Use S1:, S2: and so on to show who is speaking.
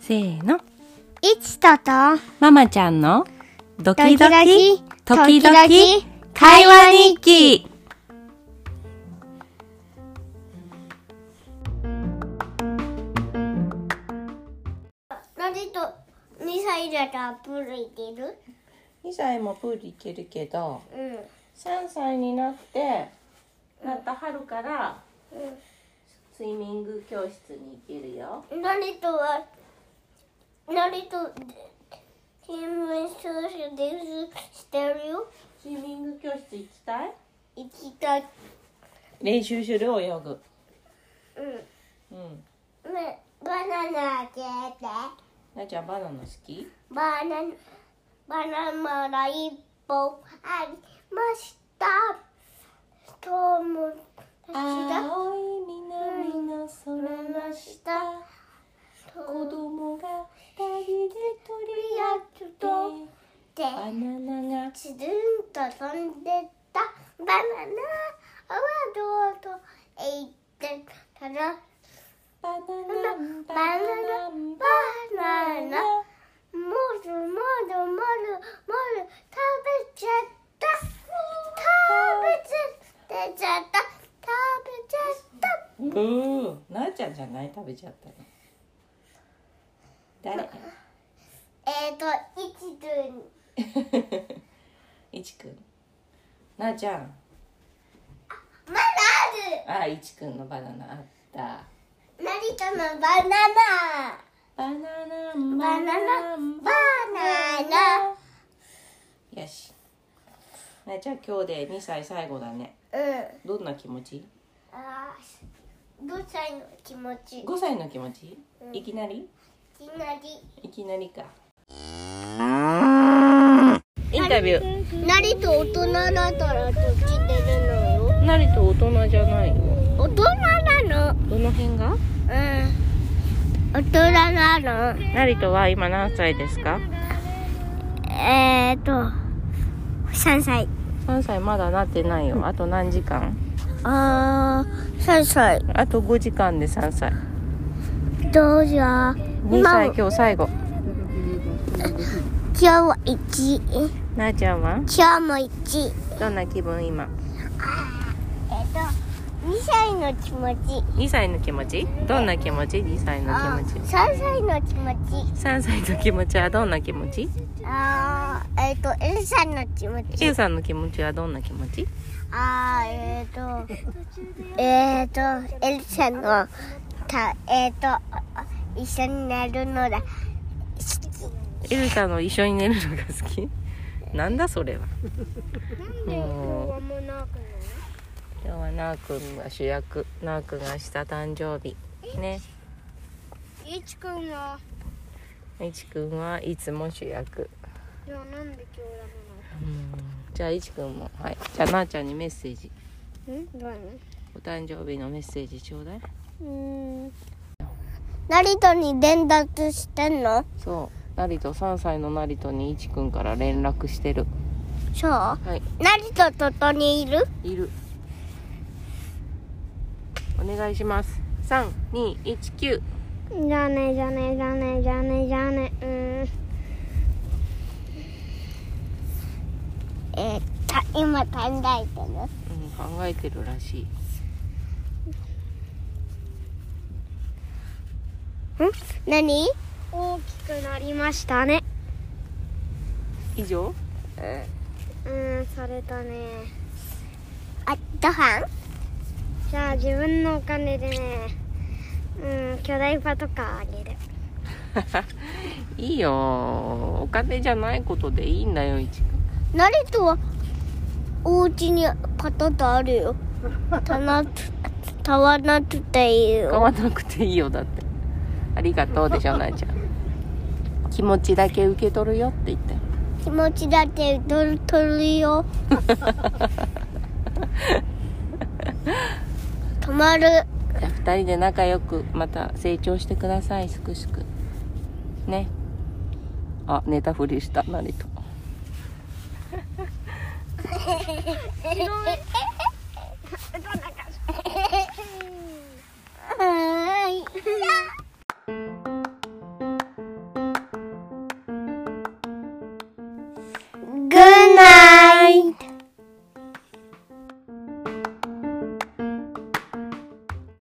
S1: せーの。
S2: いちとと、
S1: ママちゃんのドキド
S2: ド
S1: キ、時
S2: キドキ
S1: 々、会話日記。
S2: なぜと2歳だからプール行ける
S3: 2歳もプール行けるけど
S2: うん。
S3: 3歳になってなった春からスイミング教室に行けるよ
S2: なりとは、なりと、新聞少子です。してるよ。
S3: スイミング教室行きたい
S2: 行きたい。
S3: 練習する泳ぐ
S2: う
S3: うん
S2: ん。ね、バナナあげて。
S3: なちゃんバナナ好き
S2: バナナ、バナナが一本ありました。と思ったら、
S3: い南の空の下
S2: 子
S3: 供が二人で
S2: やつと、で、
S3: ナナが
S2: つるんと飛んでったバナナはどうと言ってたら
S3: バナ
S2: バナナバナナもるもるもるもる食べちゃった食べちゃった食べちゃった
S3: うーなーちゃんじゃない食べちゃったの誰
S2: えっ、ー、といちずん
S3: いちくんなーちゃん
S2: まだあ
S3: あいちくんのバナナあった
S2: る成田のバナナ
S3: バナナ
S2: バナナバナナ
S3: よしなーちゃん今日で2歳最後だね
S2: うん
S3: どんな気持ち
S2: あー5歳の気持ちい
S3: ?5 歳の気持ちいきなり
S2: きなり
S3: いきなりかインタビュー
S2: なりと大人だからどっち出るのよ
S3: なりと大人じゃないよ
S2: 大人なの
S3: どの辺が
S2: うん大人なの
S3: なりとは今何歳ですか
S2: えっ、ー、と3歳
S3: 3歳まだなってないよあと何時間
S2: あー3歳
S3: あと5時間で3歳
S2: どうじゃ
S3: 2歳
S2: 今
S3: 今日最後
S2: 日は1
S3: なあちゃんは
S2: 今日も1
S3: どんな気分今
S2: えっ、と2歳の気持ち
S3: 2歳の気持ちどんな気持ち2歳の
S2: あ
S3: 気持
S2: 3
S3: ち
S2: 歳の気持ち
S3: 3歳の気持ちはどんな気持ち
S2: あーえっ、と N 歳の気持ち
S3: ?Q さんの気持ちはどんな気持ち
S2: あーえー、とえー、とエルさんのたえー、と一緒になるのだ好
S3: エルさんの一緒に寝るのが好きなんだそれはもう今日はなあくんが主役なあくんが明日誕生日ね
S2: きいちくんはい
S3: ちくんはいつも主役
S2: いやなんで今
S3: うんじゃあいちくんもはいじゃあなあちゃんにメッセージ
S2: 日なのん
S3: お誕生日のメッセージちょうだい
S2: 何うん成田に伝達してんの
S3: そう成人3歳の成人にいちくんから連絡してる
S2: そう
S3: はい
S2: 成田ととにいる
S3: いるお願いします3219
S2: じゃあねじゃあねじゃあねじゃあねじゃあねうーんえー、た今考えてる
S3: うん考えてるらしい
S2: 何大きくなりましたね
S3: 以上
S4: うん、それとね、
S2: あご飯
S4: じゃあ自分のお金でね、うん、巨大パトカーあげる。
S3: いいよお金じゃないことでいいんだよいちくん
S2: ナリとはお家にパタッとあるよたなたわなくていい
S3: 買
S2: よ
S3: わなくていいよだってありがとうでしょなあ ちゃん気持ちだけ受け取るよって言って
S2: 気持ちだってとるとるよ止まる
S3: じゃあ2人で仲良くまた成長してくださいすくすくねあ寝たふりしたなりと
S2: 白い。